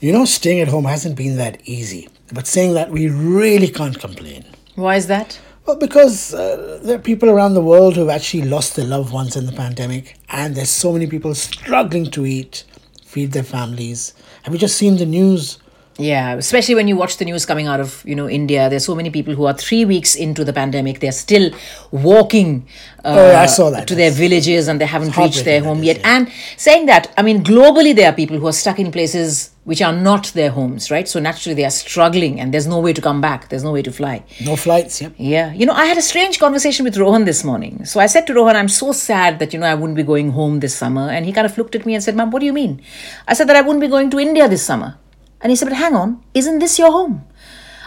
You know, staying at home hasn't been that easy, but saying that, we really can't complain. Why is that? Well, because uh, there are people around the world who've actually lost their loved ones in the pandemic, and there's so many people struggling to eat, feed their families. Have you just seen the news? Yeah, especially when you watch the news coming out of you know India, there's so many people who are three weeks into the pandemic, they're still walking. Uh, Oh, yeah, I saw that. to their villages, and they haven't reached their heartbreaking, home that yet. is, And saying that, I mean, globally there are people who are stuck in places which are not their homes, right? So naturally they are struggling, and there's no way to come back. There's no way to fly. No flights, yep. Yeah. You know, I had a strange conversation with Rohan this morning. So I said to Rohan, I'm so sad that, you know, I wouldn't be going home this summer. And he kind of looked at me and said, Mom, what do you mean? I said that I wouldn't be going to India this summer. And he said, But hang on, isn't this your home?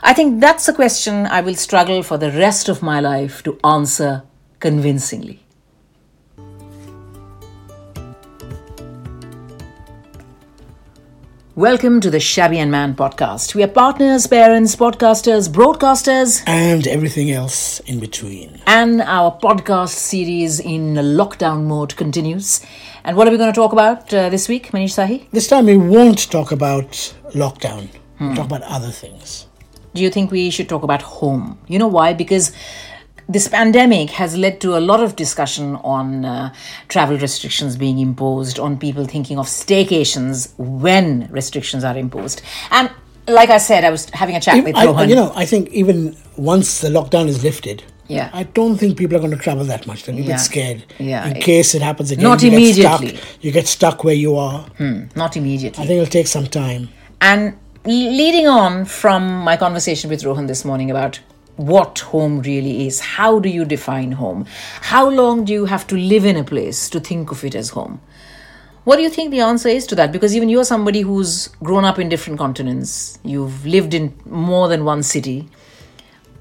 I think that's a question I will struggle for the rest of my life to answer convincingly. Welcome to the Shabby and Man podcast. We are partners, parents, podcasters, broadcasters, And everything else in between. And our podcast series in lockdown mode continues. And what are we going to talk about uh, this week, Manish Sahi? This time we won't talk about lockdown, we'll talk about other things. Do you think we should talk about home? You know why? Because this pandemic has led to a lot of discussion on uh, travel restrictions being imposed, on people thinking of staycations when restrictions are imposed. And like I said, I was having a chat with I, Rohan. you know, I think even once the lockdown is lifted, Yeah. I don't think people are going to travel that much. They're a little Yeah. bit scared. Yeah. In case it happens again, Not you Get immediately. stuck, you get stuck where you are. Hmm, not immediately. I think it'll take some time. And leading on from my conversation with Rohan this morning about what home really is, how do you define home? How long do you have to live in a place to think of it as home? What do you think the answer is to that? Because even you're somebody who's grown up in different continents, you've lived in more than one city.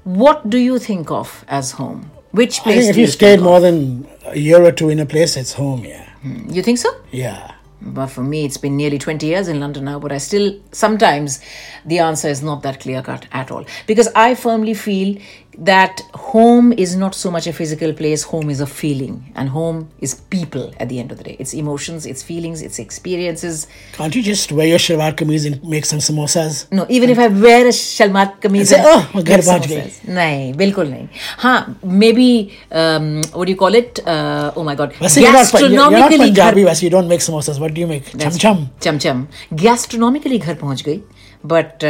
What do you think of as home? Which I place think if do you you stayed think more than a year or two in a place, it's home. Yeah, of? You think so? yeah. But for me, it's been nearly 20 years in London now, but I still sometimes the answer is not that clear cut at all. Because I firmly feel that home is not so much a physical place, home is a feeling. And home is people at the end of the day. It's emotions, it's feelings, it's experiences. Can't you just wear your shalwar kameez and make some samosas? No, even if I wear a shalmat kameez, say, and "Oh, my get God, baat gayi." samosas." nahi, bilkul nahi. Haan, maybe um, what do you call it? Uh, oh my god, Vaise you're not, you're, you're not gastronomically Punjabi, वैसे you don't make samosas. What do you make? Cham cham. चमचम गैस्ट्रोनॉमिकली घर पहुंच गई but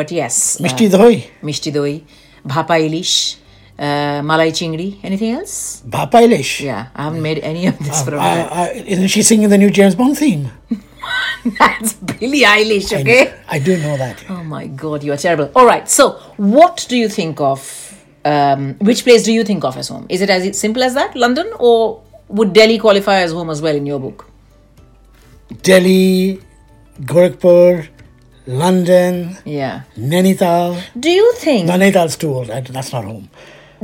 but yes Mishti dhoi. Mishti doi bhapa ilish uh, malai chingri anything else Bhapa Elish. Yeah I haven't made any of this for Um, I, I, Uh, isn't she singing the new James Bond theme? That's Billie Eilish okay I do know that. Oh my God, you are terrible. All right, so what do you think of? Um, which place do you think of as home? Is it as simple as that, London, or would Delhi qualify as home as well in your book? Delhi, Gorakhpur, London, Yeah. Nainital. Do you think? No, Nainital's too old. I, that's not home.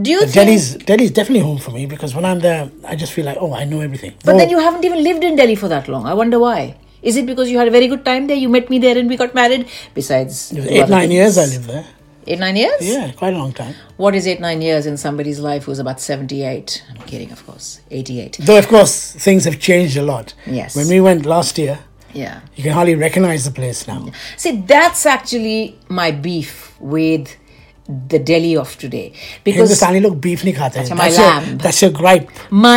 Do you think? Delhi's Delhi's definitely home for me because when I'm there, I just feel like oh, I know everything. But No, then you haven't even lived in Delhi for that long. I wonder why. Is it because you had a very good time there? You met me there and we got married? Besides, it was two eight other nine things. years I lived there. Eight, nine years? Yeah, quite a long time. What is eight, nine years in somebody's life who's about 78? I'm kidding, of course. 88. Though of course things have changed a lot. Yes. When we went last year, Yeah. you can hardly recognize the place now. See, that's actually my beef with the Delhi of today. Because Hindustani लोग beef नहीं खाते हैं. my That's your, lamb. that's your gripe. my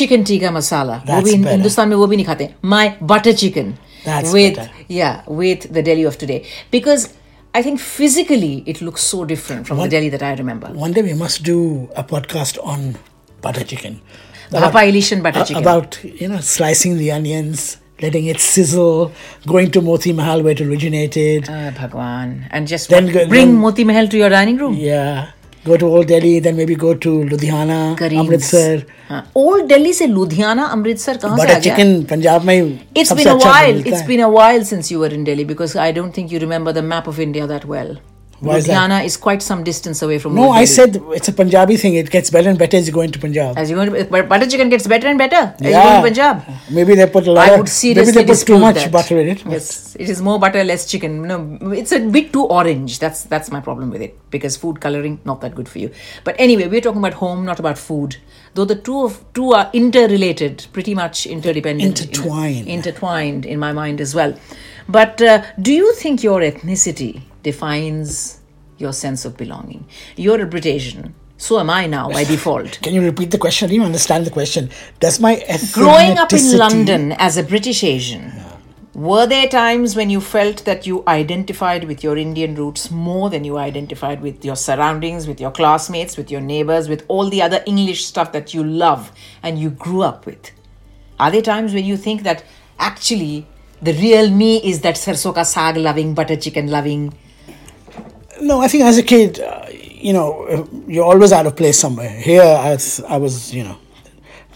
chicken tikka masala वो That's भी better. Hindustan में वो भी नहीं खाते my butter chicken That's with better. yeah with the Delhi of today because I think physically it looks so different from the Delhi that I remember One day we must do a podcast on butter chicken. Bhapa Elish and butter chicken About you know slicing the onions, letting it sizzle, going to Moti Mahal where it originated. Ah, Bhagwan and just Then what- go- bring then- Moti Mahal to your dining room Yeah. Go to Old Delhi, then maybe go to Ludhiana, Kareem's. Amritsar. हाँ, old Delhi से लुधियाना अमृतसर कहाँ से आ Butter गया chicken, Punjab में It's सबसे been a अच्छा while. मिलता It's है. been a while since you were in Delhi because I don't think you remember the map of India that well. Why is that? Ludhiana is quite some distance away from. No, Old I Delhi. said it's a Punjabi thing. It gets better and better as you go into Punjab. As you go to, but butter chicken gets better and better as you go to Punjab. Maybe they put a lot. I of- would seriously Maybe they put too dispute much that. butter in it. Yes, it is more butter, less chicken. No, it's a bit too orange. That's that's my problem with it because food coloring not that good for you. But anyway, we're talking about home, not about food. Though the two of two are interrelated, pretty much interdependent, Intertwined. in, intertwined in my mind as well. But uh, do you think your ethnicity defines your sense of belonging? You're a Britasian. So am I now by default. Can you repeat the question? I didn't understand the question. Does my ethnicity... Growing up in London as a British Asian, were there times when you felt that you identified with your Indian roots more than you identified with your surroundings, with your classmates, with your neighbors, with all the other English stuff that you love and you grew up with? Are there times when you think that actually the real me is that sarso ka saag loving, butter chicken loving? No, I think as a kid, uh, you know, uh, you're always out of place somewhere. Here, I was, I was you know,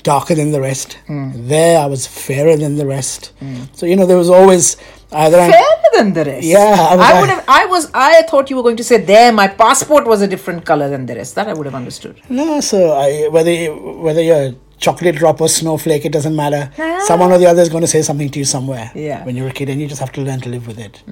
darker than the rest. Hmm. There, I was fairer than the rest. So, you know, there was always either I'm- Fairer than the rest. Yeah, I I, was- would have. I was. I thought you were going to say there. My passport was a different color than the rest. That I would have understood. No, so I, whether you, whether you're a chocolate drop or snowflake, it doesn't matter. Someone or the other is going to say something to you somewhere. Ah. Yeah. When you're a kid, and you just have to learn to live with it.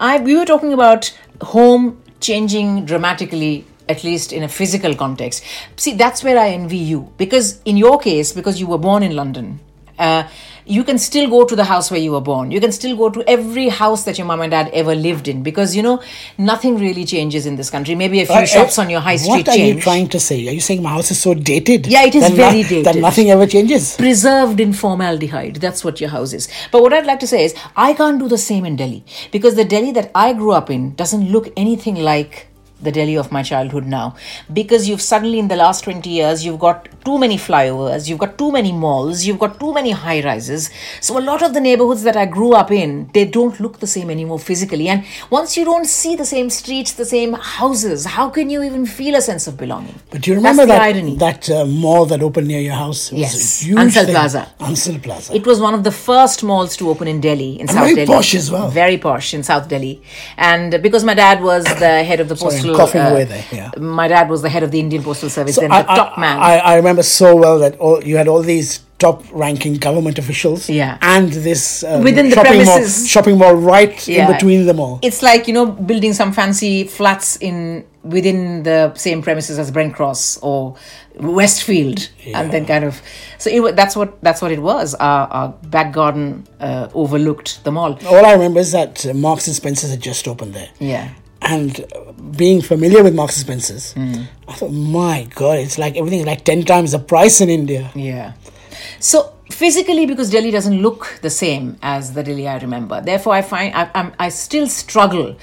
I we were talking about home changing dramatically at least in a physical context. See, that's where I envy you because in your case because you were born in London. Uh, you can still go to the house where you were born. You can still go to every house that your mom and dad ever lived in because you know nothing really changes in this country. Maybe a few Uh, shops uh, on your high street What are change. you trying to say? Are you saying my house is so dated? Yeah, it is that very That dated. nothing ever changes. preserved in formaldehyde. That's what your house is. But what I'd like to say is, I can't do the same in Delhi because the Delhi that I grew up in doesn't look anything like the Delhi of my childhood now. Because you've suddenly, in the last 20 years, you've got too many flyovers, you've got too many malls, you've got too many high rises. So a lot of the neighborhoods that I grew up in, they don't look the same anymore physically. And once you don't see the same streets, the same houses, how can you even feel a sense of belonging? But do you remember That's the that irony. that uh, mall that opened near your house? It was Yes. a huge Ansel thing. Plaza. Ansel Plaza. It was one of the first malls to open in Delhi, in South very Delhi. posh as well. Very posh in South Delhi, and because my dad was the head of the I'm postal. uh, coughing away there, yeah. My dad was the head of the Indian Postal Service, then the I, top I, man. I, I remember so well that all, you had all these top-ranking government officials, Yeah. and this uh, Within the shopping mall, premises. shopping mall right Yeah. in between them all. it's like you know building some fancy flats in within the same premises as Brent Cross or Westfield, and then kind of so it, wa- that's what that's what it was. Our, our back garden uh, overlooked the mall. all I remember is that uh, Marks and Spencers had just opened there. Yeah. And uh, being familiar with Marks and Spencers, I thought, my God, it's like everything is like 10 times the price in India. Yeah. So physically, because Delhi doesn't look the same as the Delhi I remember, therefore I find I, I'm, I still struggle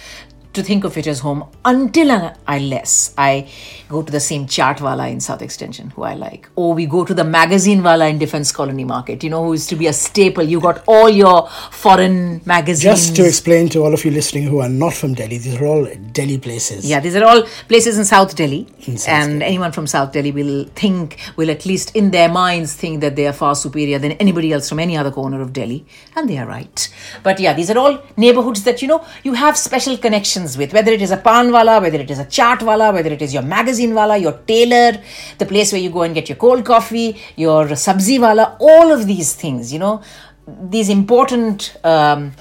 to think of it as home until and unless I go to the same chart wala in South Extension who I like, or we go to the magazine wala in Defence Colony Market. You know who used to be a staple. You got all your foreign magazines. Just to explain to all of you listening who are not from Delhi, these are all Delhi places. Yeah, these are all places in South Delhi, and anyone from South Delhi will think, will at least in their minds think that they are far superior than anybody else from any other corner of Delhi, and they are right. But yeah, these are all neighborhoods that you know you have special connections with, whether it is a panwala, whether it is a chaatwala, whether it is your magazine wala, your tailor, the place where you go and get your cold coffee, your sabzi wala, all of these things, you know, these important. Um,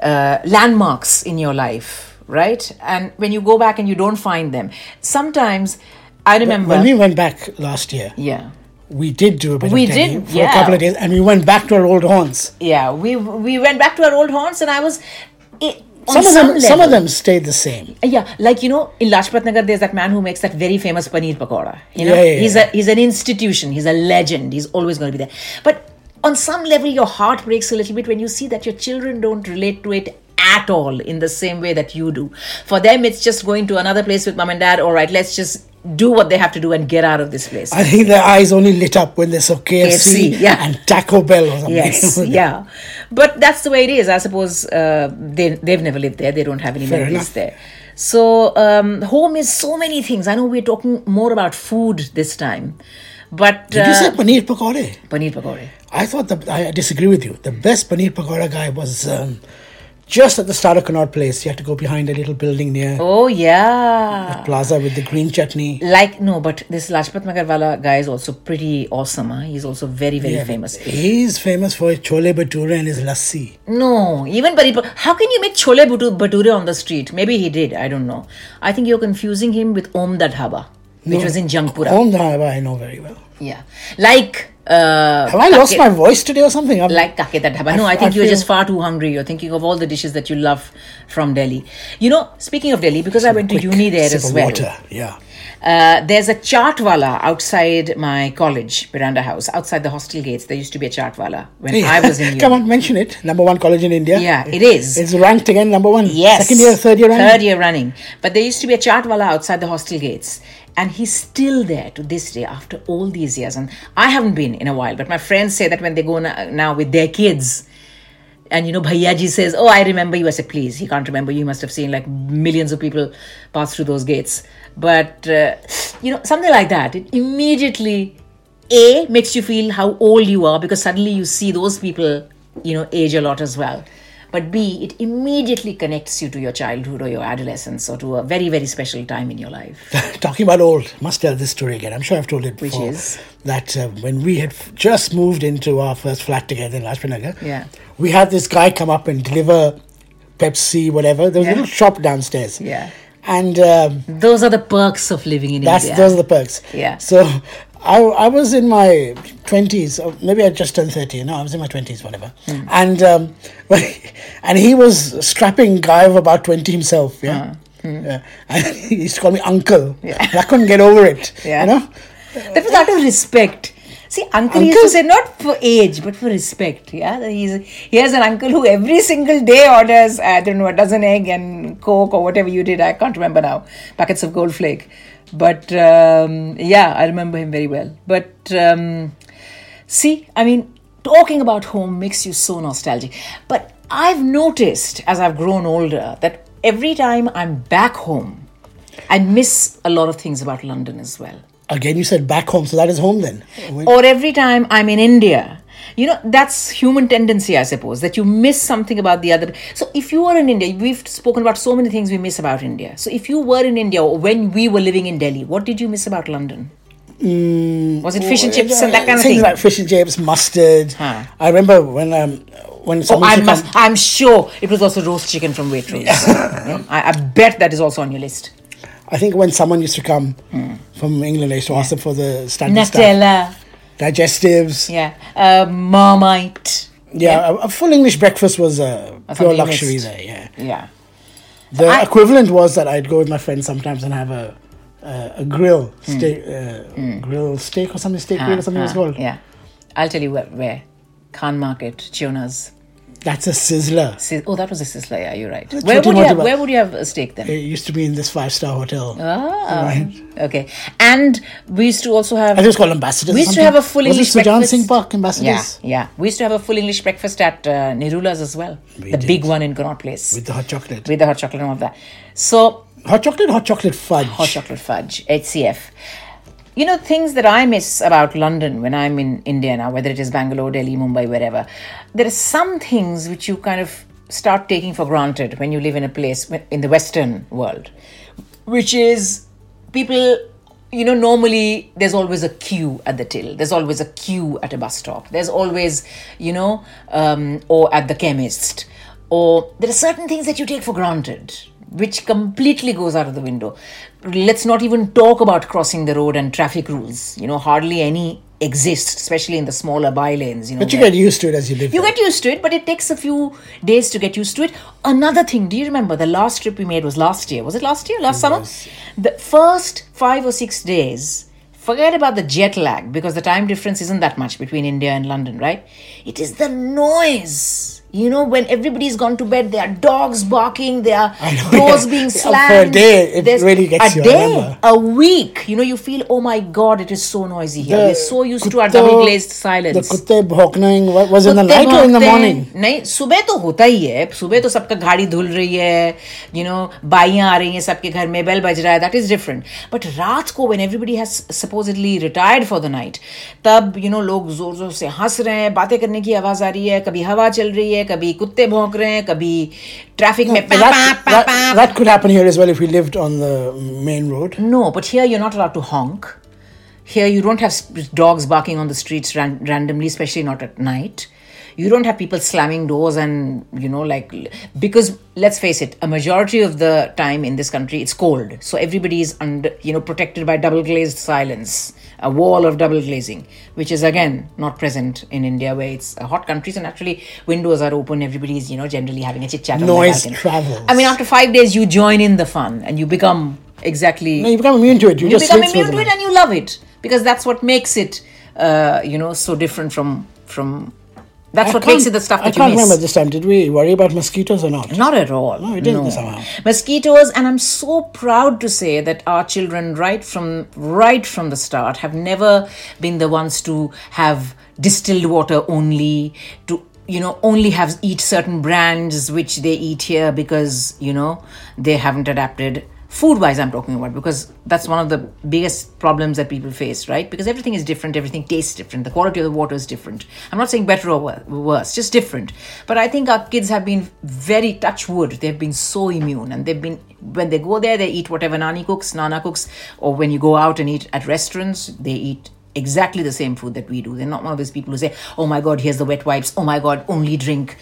uh, landmarks in your life, right? And when you go back and you don't find them, sometimes I remember. When we went back last year, yeah. we did do a bit We of Delhi did, for yeah. a couple of days and we went back to our old haunts. Yeah, we we went back to our old haunts, and I was. It, on Some, of them level, some of them stayed the same. Uh, Yeah, like you know, in Lajpat Nagar, there's that man who makes that very famous paneer pakora. You know, Yeah, yeah, he's yeah. a he's an institution. He's a legend. He's always going to be there. But on some level, your heart breaks a little bit when you see that your children don't relate to it at all in the same way that you do. For them, it's just going to another place with mom and dad. All right, let's just do what they have to do and get out of this place. I think their eyes only lit up when they saw KFC, KFC, yeah. and Taco Bell or something. Yes, yeah, but that's the way it is. I suppose uh, they they've never lived there. They don't have any Fair memories enough. there. So um, home is so many things. I know we're talking more about food this time, but Did you uh, say paneer pakore? paneer pakore. I thought that I disagree with you. The best paneer pakora guy was um, just at the start of Connaught Place. You had to go behind a little building near Oh yeah. plaza with the green chutney. Like no, but this Lajpat Nagarwala guy is also pretty awesome. Huh? He's also very very famous. He's famous for his chole bhature and his lassi. No, even paneer. pa- How can you make chole bhatu- bhature on the street? Maybe he did. I don't know. I think you're confusing him with Om Dadhaba, which was in Jangpura. Om Dhaba I know very well. Yeah. Like Uh, Have I lost kake- my voice today or something? I'm, like kake da dhaba. No, I I f- think I you're feel- just far too hungry. You're thinking of all the dishes that you love from Delhi. You know, speaking of Delhi, because I went to quick uni there sip as of well. Water. Yeah. Uh, there's a chartwala outside my college, Miranda House, outside the hostel gates. There used to be a chartwala when I was in uni. Come on, mention it. Number one college in India. Yeah, it is. It's ranked again number one. Yes. Second year, third year ranked. Third year running. But there used to be a chartwala outside the hostel gates. And he's still there to this day after all these years. And I haven't been in a while, but my friends say that when they go na- now with their kids, and you know, Bhayaji says, Oh, I remember you. I said, Please, he can't remember you. He must have seen like millions of people pass through those gates. But, uh, you know, something like that. It immediately, A, makes you feel how old you are because suddenly you see those people, you know, age a lot as well. But B, it immediately connects you to your childhood or your adolescence or to a very, very special time in your life. Talking about old, must tell this story again. I'm sure I've told it before. is? That uh, when we had f- just moved into our first flat together in Lajpanagar, Yeah. we had this guy come up and deliver Pepsi, whatever. There was a Yeah. little shop downstairs. Yeah. And um, Those are the perks of living in That's India. those are the perks. Yeah. So I I was in my twenties, or maybe I just turned thirty. No, I was in my twenties, whatever. Hmm. And um, and he was a strapping guy of about twenty himself. Yeah. Uh-huh. Hmm. Yeah. And he used to call me uncle. Yeah. I couldn't get over it. Yeah. You know. That was out of respect. See, uncle, used to Uncle- say not for age, but for respect. Yeah, that he's he has an uncle who every single day orders uh, I don't know a dozen egg and coke or whatever you did. I can't remember now. Packets of gold flake, but um, yeah, I remember him very well. But um, see, I mean, talking about home makes you so nostalgic. But I've noticed as I've grown older that every time I'm back home, I miss a lot of things about London as well Again, you said back home, so that is home then. When- or every time I'm in India. You know, that's human tendency, I suppose, that you miss something about the other. So, if you were in India, we've spoken about so many things we miss about India. So, if you were in India or when we were living in Delhi, what did you miss about London? Was it fish and chips and that kind of Mm, oh, Things thing? like fish and chips, mustard. Huh. I remember when um when Oh, someone I used to must, come, I'm sure it was also roast chicken from Waitrose. You know, I, I bet that is also on your list. I think when someone used to come from England, I used to ask them for the standard stuff, Hmm. Nutella, digestives. yeah, uh, Marmite. Yeah, a, a full English breakfast was a pure something luxury missed. there. Yeah, Yeah. the I- equivalent was that I'd go with my friends sometimes and have a uh, a grill steak, uh, grill steak or something, steak grill or something Hmm. Ah, it's called. Yeah. I'll tell you where. where. Khan Market, Chiona's. That's a sizzler. Sis- Oh, that was a sizzler. Yeah, you're right. That's Where what you would you want have, to buy. where would you have a steak then? It used to be in this five star hotel. Ah, Right. okay. And we used to also have I think it's called Ambassadors. we or used to something. have a full was English it Sujan breakfast. Singh Park yeah, Ambassadors yeah. We used to have a full English breakfast at uh, Nirula's as well, We the did. big one in Connaught Place with the hot chocolate, with the hot chocolate and all that. So hot chocolate, hot chocolate fudge. hot chocolate fudge, HCF. You know, things that I miss about London when I'm in India now, whether it is Bangalore, Delhi, Mumbai, wherever, there are some things which you kind of start taking for granted when you live in a place w- in the Western world, which is people, you know, normally there's always a queue at the till, there's always a queue at a bus stop, there's always, you know, um, or at the chemist, or there are certain things that you take for granted which completely goes out of the window. Let's not even talk about crossing the road and traffic rules. You know, hardly any exist, especially in the smaller by lanes. You know, But you where- get used to it as you live. you there. get used to it, but it takes a few days to get used to it. Another thing, do you remember the last trip we made was last year? Was it last year? Last summer? The first five or six days, forget about the jet lag because the time difference isn't that much between India and London, right? It is the noise. You know, when everybody's gone to bed, there are dogs barking, there are know, doors yeah. being For a slammed. day, it There's really gets a you, I day, remember. a week. You know, you feel, oh my god, it is so noisy here. We're so used to our कुत्तों- double glazed silence. The kutte bhoknaing wa- was in the कुत्ते night or in the भौंकते हैं। morning? नहीं सुबह तो होता ही है सुबह तो सबका गाड़ी धुल रही है यू नो बाइयाँ आ रही हैं सबके घर में बेल बज रहा है दैट इज डिफरेंट बट रात को when everybody has supposedly retired for the night तब यू you नो know, लोग जोर जोर से हंस रहे हैं बातें करने की आवाज आ रही है कभी हवा चल रही है कभी कुत्ते भौंक रहे हैं कभी ट्रैफिक में But पा, that, पा, पा, that- पा, that could happen here as well if we lived on the main road. No, but here you're not allowed to honk. Here you don't have s- dogs barking on the streets ran- randomly, especially not at night. you don't have people slamming doors and you know like because let's face it a majority of the time in this country it's cold so everybody is under you know protected by double glazed silence a wall of double glazing which is again not present in india where it's a hot country so naturally windows are open everybody is you know generally having a chit chat Noise travels. i mean after 5 days you join in the fun and you become exactly No, you become immune to it. You, you just become sleep through immune to the night. it and you love it because that's what makes it uh, you know so different from from that's what I makes it can't- the stuff I that you can't miss remember this time. Did we worry about mosquitoes or not? not at all No, we didn't somehow. mosquitoes and i'm so proud to say that our children right from right from the start have never been the ones to have distilled water only to you know only have eat certain brands which they eat here because you know they haven't adapted food wise i'm talking about because that's one of the biggest problems that people face right because everything is different everything tastes different the quality of the water is different i'm not saying better or wor- worse just different but i think our kids have been very touch wood they've been so immune and they've been when they go there they eat whatever nani cooks nana cooks or when you go out and eat at restaurants they eat exactly the same food that we do they're not one of those people who say oh my god here's the wet wipes oh my god only drink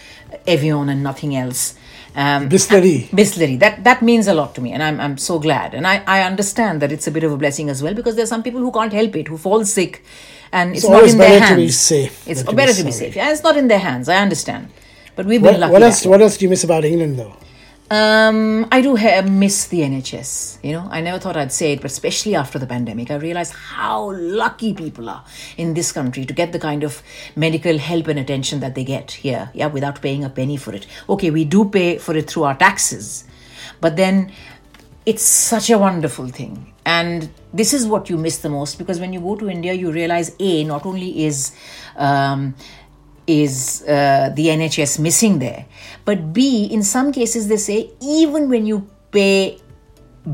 evian and nothing else um, Bisleri. Bisleri. That that means a lot to me, and I'm I'm so glad. And I, I understand that it's a bit of a blessing as well because there's some people who can't help it, who fall sick, and it's, not always in their better hands. to be safe It's than to be better to be sorry. safe. Yeah, it's not in their hands. I understand, but we've been What, lucky. what that else? way. What else do you miss about England, though? Um, I do ha- miss the NHS. You know, I never thought I'd say it, but especially after the pandemic, I realized how lucky people are in this country to get the kind of medical help and attention that they get here, yeah, without paying a penny for it. Okay, we do pay for it through our taxes, but then it's such a wonderful thing. And this is what you miss the most because when you go to India, you realize A, not only is um, is uh, the NHS missing there. But B, in some cases, they say even when you pay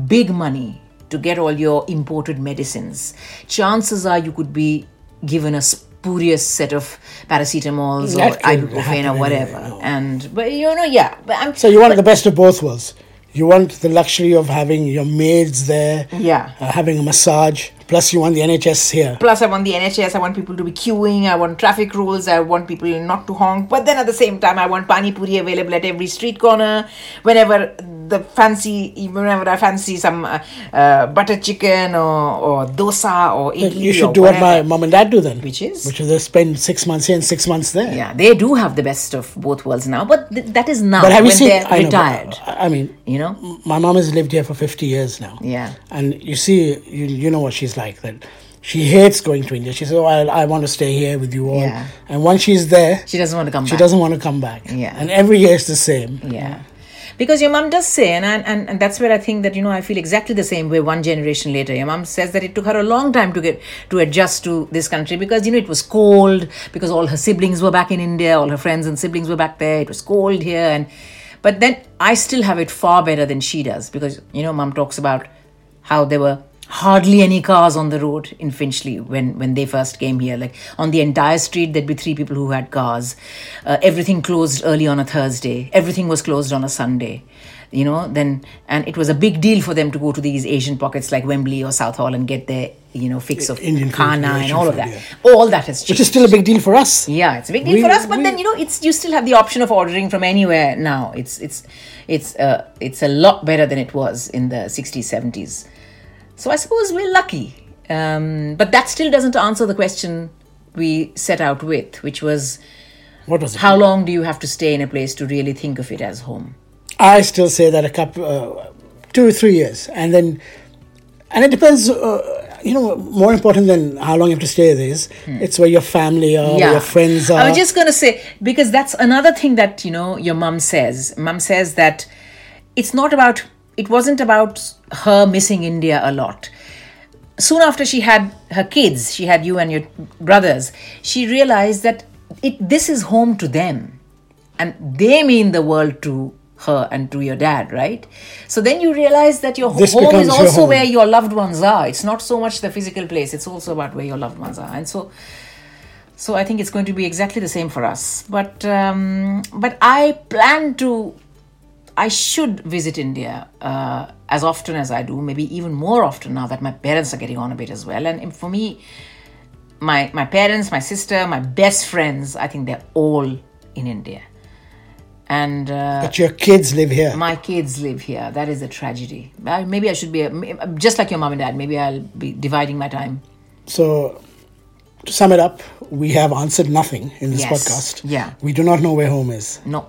big money to get all your imported medicines, chances are you could be given a spurious set of paracetamols or That can happen ibuprofen or anyway, whatever. no. And but you know, yeah. But I'm So you want the best of both worlds. You want the luxury of having your maids there, Yeah. uh, having a massage. Plus, you want the NHS here. Plus, I want the NHS. I want people to be queuing. I want traffic rules. I want people not to honk. But then at the same time, I want pani puri available at every street corner. Whenever the fancy, whenever I fancy some uh, uh, butter chicken or, or dosa or idli You or should do what my whatever. mom and dad do then, Which is? which is they spend six months here and six months there. yeah, they do have the best of both worlds now. But th- that is now But have when you seen? they're I know, but retired. I I mean, you know, my mom has lived here for 50 years now. Yeah. And you see, you, you know what she's like then. She hates going to India. She says, oh, I, I want to stay here with you all. Yeah. And once she's there, she doesn't want to come she back. doesn't want to come back. Yeah. And every year it's the same. yeah because your mom does say and, and and and that's where i think that you know i feel exactly the same way one generation later your mom says that it took her a long time to get to adjust to this country because you know it was cold because all her siblings were back in india all her friends and siblings were back there it was cold here and but then i still have it far better than she does because you know mom talks about how there were hardly any cars on the road in finchley when when they first came here like on the entire street there'd be three people who had cars uh, everything closed early on a thursday everything was closed on a sunday you know then and it was a big deal for them to go to these asian pockets like wembley or southall and get their you know fix of Indian food, khana and Asian all of food, that all that has changed Which is still a big deal for us. yeah, it's a big deal We- for us, but we- then you know, it's you still have the option of ordering from anywhere now. It's it's it's uh, it's a lot better than it was in the 60s, 70s. So I suppose we're lucky. Um, but that still doesn't answer the question we set out with, which was What was it? how long do you have to stay in a place to really think of it as home? I still say that a couple, uh, two or three years, and then, and it depends. Uh, you know, more important than how long you have to stay there is, it's where your family are, where your friends Hmm. I are. was just gonna say because that's another thing that you know your mum says. Mum says that it's not about. It wasn't about her missing India a lot. Soon after she had her kids, she had you and your brothers. She realized that it this is home to them, and they mean the world to her and to your dad, right? So then you realize that your This home becomes is your also home. where your loved ones are. It's not so much the physical place; it's also about where your loved ones are, and so. So I think it's going to be exactly the same for us. But um, but I plan to, I should visit India uh, as often as I do, maybe even more often now that my parents are getting on a bit as well. And for me, my my parents, my sister, my best friends, I think they're all in India. And uh, But your kids live here. my kids live here. That is a tragedy. I, maybe I should be, a, just like your mom and dad, maybe I'll be dividing my time. So, to sum it up, we have answered nothing in this Yes. podcast. Yeah. We do not know where home is. No.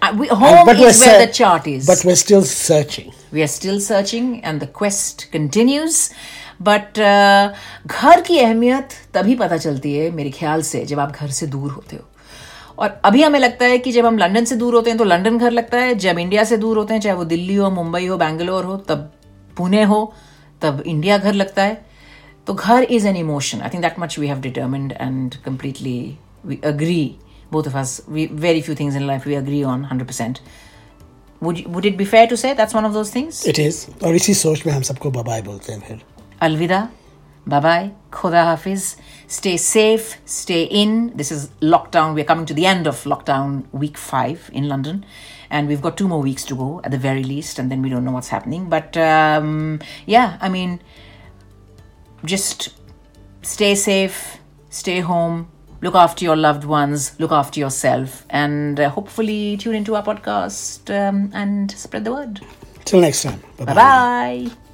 I, we, home but is we're where set- the chart is. But we're still searching. we are still searching and the quest continues but घर की अहमियत तभी पता चलती है मेरे ख्याल से जब आप घर से दूर होते हो और अभी हमें लगता है कि जब हम लंदन से दूर होते हैं तो लंदन घर लगता है जब इंडिया से दूर होते हैं चाहे वो दिल्ली हो मुंबई हो बैंगलोर हो तब पुणे हो तब इंडिया घर लगता है तो घर is an emotion I think that much we have determined and completely we agree both of us we very few things in life we agree on hundred percent would you- would it be fair to say that's one of those things It is. और इसी सोच में हम सबको bye बोलते हैं फिर alvida bye bye khoda hafiz stay safe stay in this is lockdown we're coming to the end of lockdown week 5 in london and we've got two more weeks to go at the very least and then we don't know what's happening but um, yeah i mean just stay safe, stay home, look after your loved ones, look after yourself, and uh, hopefully tune into our podcast um, and spread the word. Till next time. Bye bye.